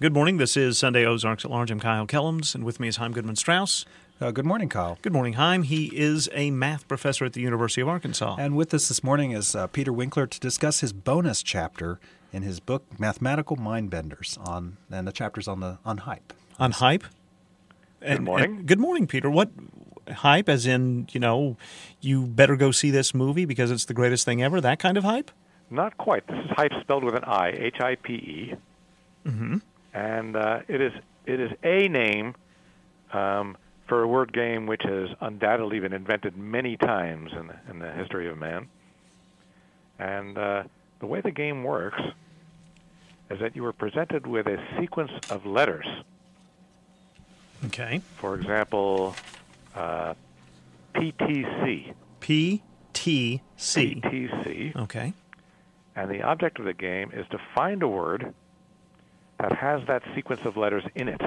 Good morning. This is Sunday Ozarks at Large. I'm Kyle Kellums, and with me is Heim Goodman Strauss. Uh, good morning, Kyle. Good morning, Heim. He is a math professor at the University of Arkansas. And with us this morning is uh, Peter Winkler to discuss his bonus chapter in his book Mathematical Mindbenders on and the chapters on the on hype. On hype. And- and- morning. good morning, Peter. What hype? As in, you know, you better go see this movie because it's the greatest thing ever. That kind of hype. Not quite. This is hype spelled with an I, H I P E. And uh, it is it is a name um, for a word game which has undoubtedly been invented many times in the, in the history of man. And uh, the way the game works is that you are presented with a sequence of letters. Okay. For example, uh, PTC. P T C. PTC. Okay. And the object of the game is to find a word that has that sequence of letters in it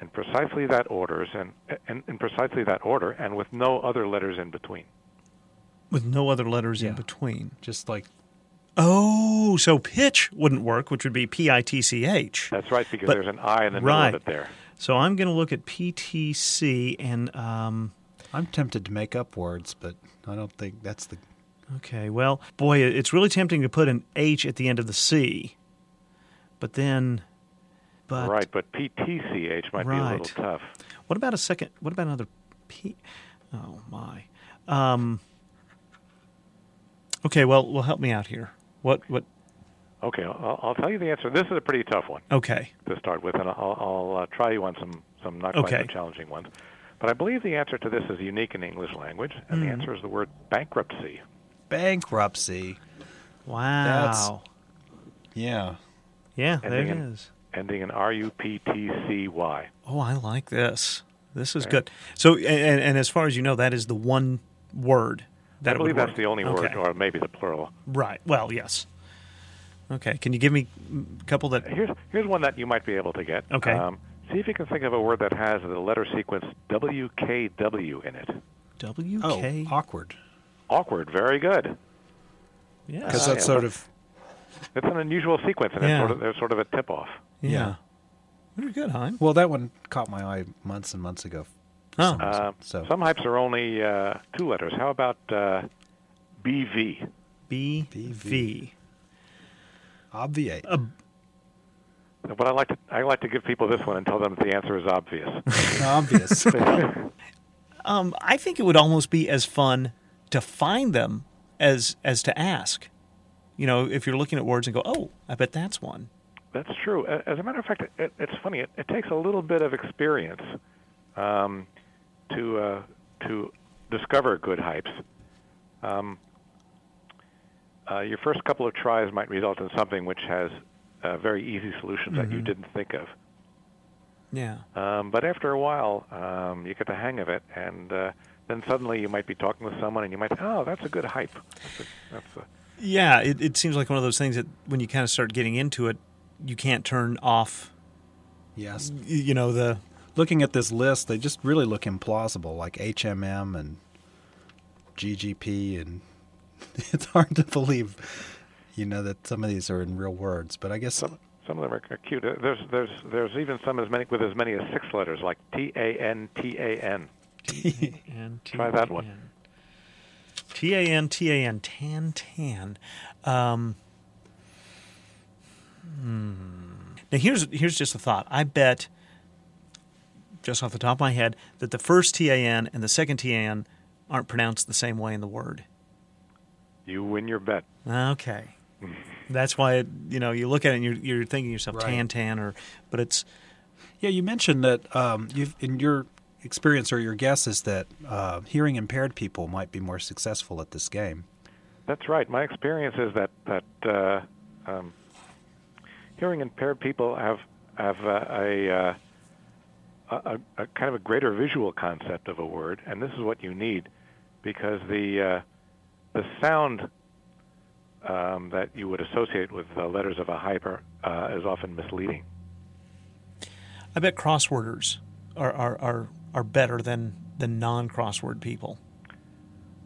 in precisely that orders and in, in precisely that order and with no other letters in between. With no other letters in Yeah. between. Just like Oh, so pitch wouldn't work, which would be P I T C H. That's right because But- there's an I in the right. middle of it there. So I'm going to look at PTC and um, I'm tempted to make up words, but I don't think that's the okay, well, boy, it's really tempting to put an H at the end of the C, but then, but right, but PTCH might be a Uh, Right. little tough. what about a second? What about another P? Oh my. Um, okay, well, well, help me out here. What? What? Okay, I'll, I'll tell you the answer. This is a pretty tough one Okay, to start with, and I'll, I'll uh, try you on some, some not quite Okay. so challenging ones. But I believe the answer to this is unique in English language, and Hmm. the answer is the word bankruptcy. bankruptcy. wow, Yeah. yeah, and there it then- is. ending in R U P T C Y. Oh, I like this. This is good. So, a- and, and as far as you know, that is the one word that I it would believe that's work. the only word, Okay. or maybe the plural. Right. Well, yes. Okay. Can you give me a couple that? Here's here's one that you might be able to get. Um, Okay. see if you can think of a word that has the letter sequence W K W in it. W Oh, K. awkward. Awkward. Very good. Because Yes. Uh, that's yeah, sort but- of It's an unusual sequence, and Yeah. it's sort of, there's sort of a tip off. Yeah. yeah. Very good, Heim. well, that one caught my eye months and months ago. for Oh. some reason. Uh, so Some hypes are only uh, two letters. How about uh, B V? B V. BV. obviate. Oh. But I like to I like to give people this one and tell them that the answer is obvious. Obvious. Um, I think it would almost be as fun to find them as as to ask. You know, if you're looking at words and go, "Oh, I bet that's one." That's true. A- As a matter of fact, it- it, it's funny. It, it takes a little bit of experience um, to uh, to discover good hypes. Um, uh, your first couple of tries might result in something which has uh, very easy solutions that you didn't think of. Yeah. Um, but after a while, um, you get the hang of it, and uh, then suddenly you might be talking with someone, and you might, oh, that's a good hype. That's a, that's a, Yeah. It, it seems like one of those things that when you kind of start getting into it, you can't turn off. yes. y- You know the. looking at this list, they just really look implausible, like HMM and GGP, and it's hard to believe, you know, that some of these are in real words. But I guess Some of them are cute. Uh, There's there's there's even some as many with as many as six letters, like T A N T A N. And Try that one. T A N T A N tan tan. Um, hmm. Now here's here's just a thought. I bet, just off the top of my head, that the first T A N and the second T A N aren't pronounced the same way in the word. You win your bet. Okay, that's why it, you know you look at it and you're, you're thinking to yourself Right. tan tan or, but it's yeah, you mentioned that um, you've in your experience or your guess is that uh, hearing impaired people might be more successful at this game. That's right. My experience is that that uh, um, hearing impaired people have have uh, a, uh, a, a a kind of a greater visual concept of a word, and this is what you need because the uh, the sound um, that you would associate with the letters of a hyper uh, is often misleading. I bet crossworders are are are, are better than than non crossword people.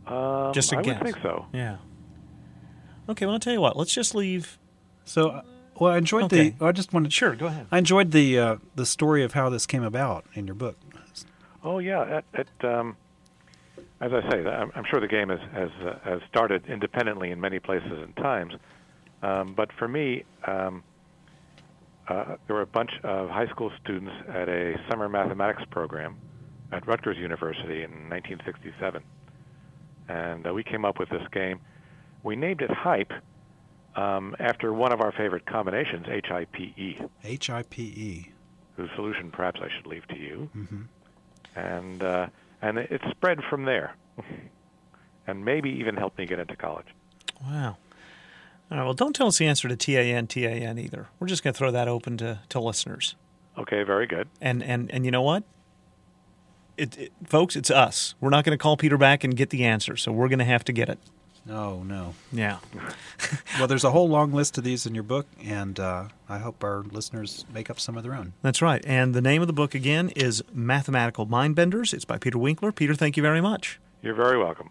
Um, Just a I guess. would think so. Yeah. Okay, well, I'll tell you what. Let's just leave. So uh, Well, I enjoyed Okay. the. I just wanted. Sure, go ahead. I enjoyed the uh, the story of how this came about in your book. Oh yeah, it, it, um, as I say, I'm, I'm sure the game has has, uh, has started independently in many places and times, um, but for me, um, uh, there were a bunch of high school students at a summer mathematics program at Rutgers University in 1967, and uh, we came up with this game. We named it Hype um, after one of our favorite combinations, H-I-P-E H I P E. whose solution perhaps I should leave to you. And uh, and it spread from there, and maybe even helped me get into college. Wow. All right. Well, don't tell us the answer to TAN, TAN either. We're just going to throw that open to, to listeners. Okay, very good. And, and, and you know what? It, it, folks, it's us. We're not going to call Peter back and get the answer, so we're going to have to get it. Oh no. Yeah. Well, there's a whole long list of these in your book, and uh, I hope our listeners make up some of their own. That's right. And the name of the book again is Mathematical Mindbenders. It's by Peter Winkler. Peter, thank you very much. You're very welcome.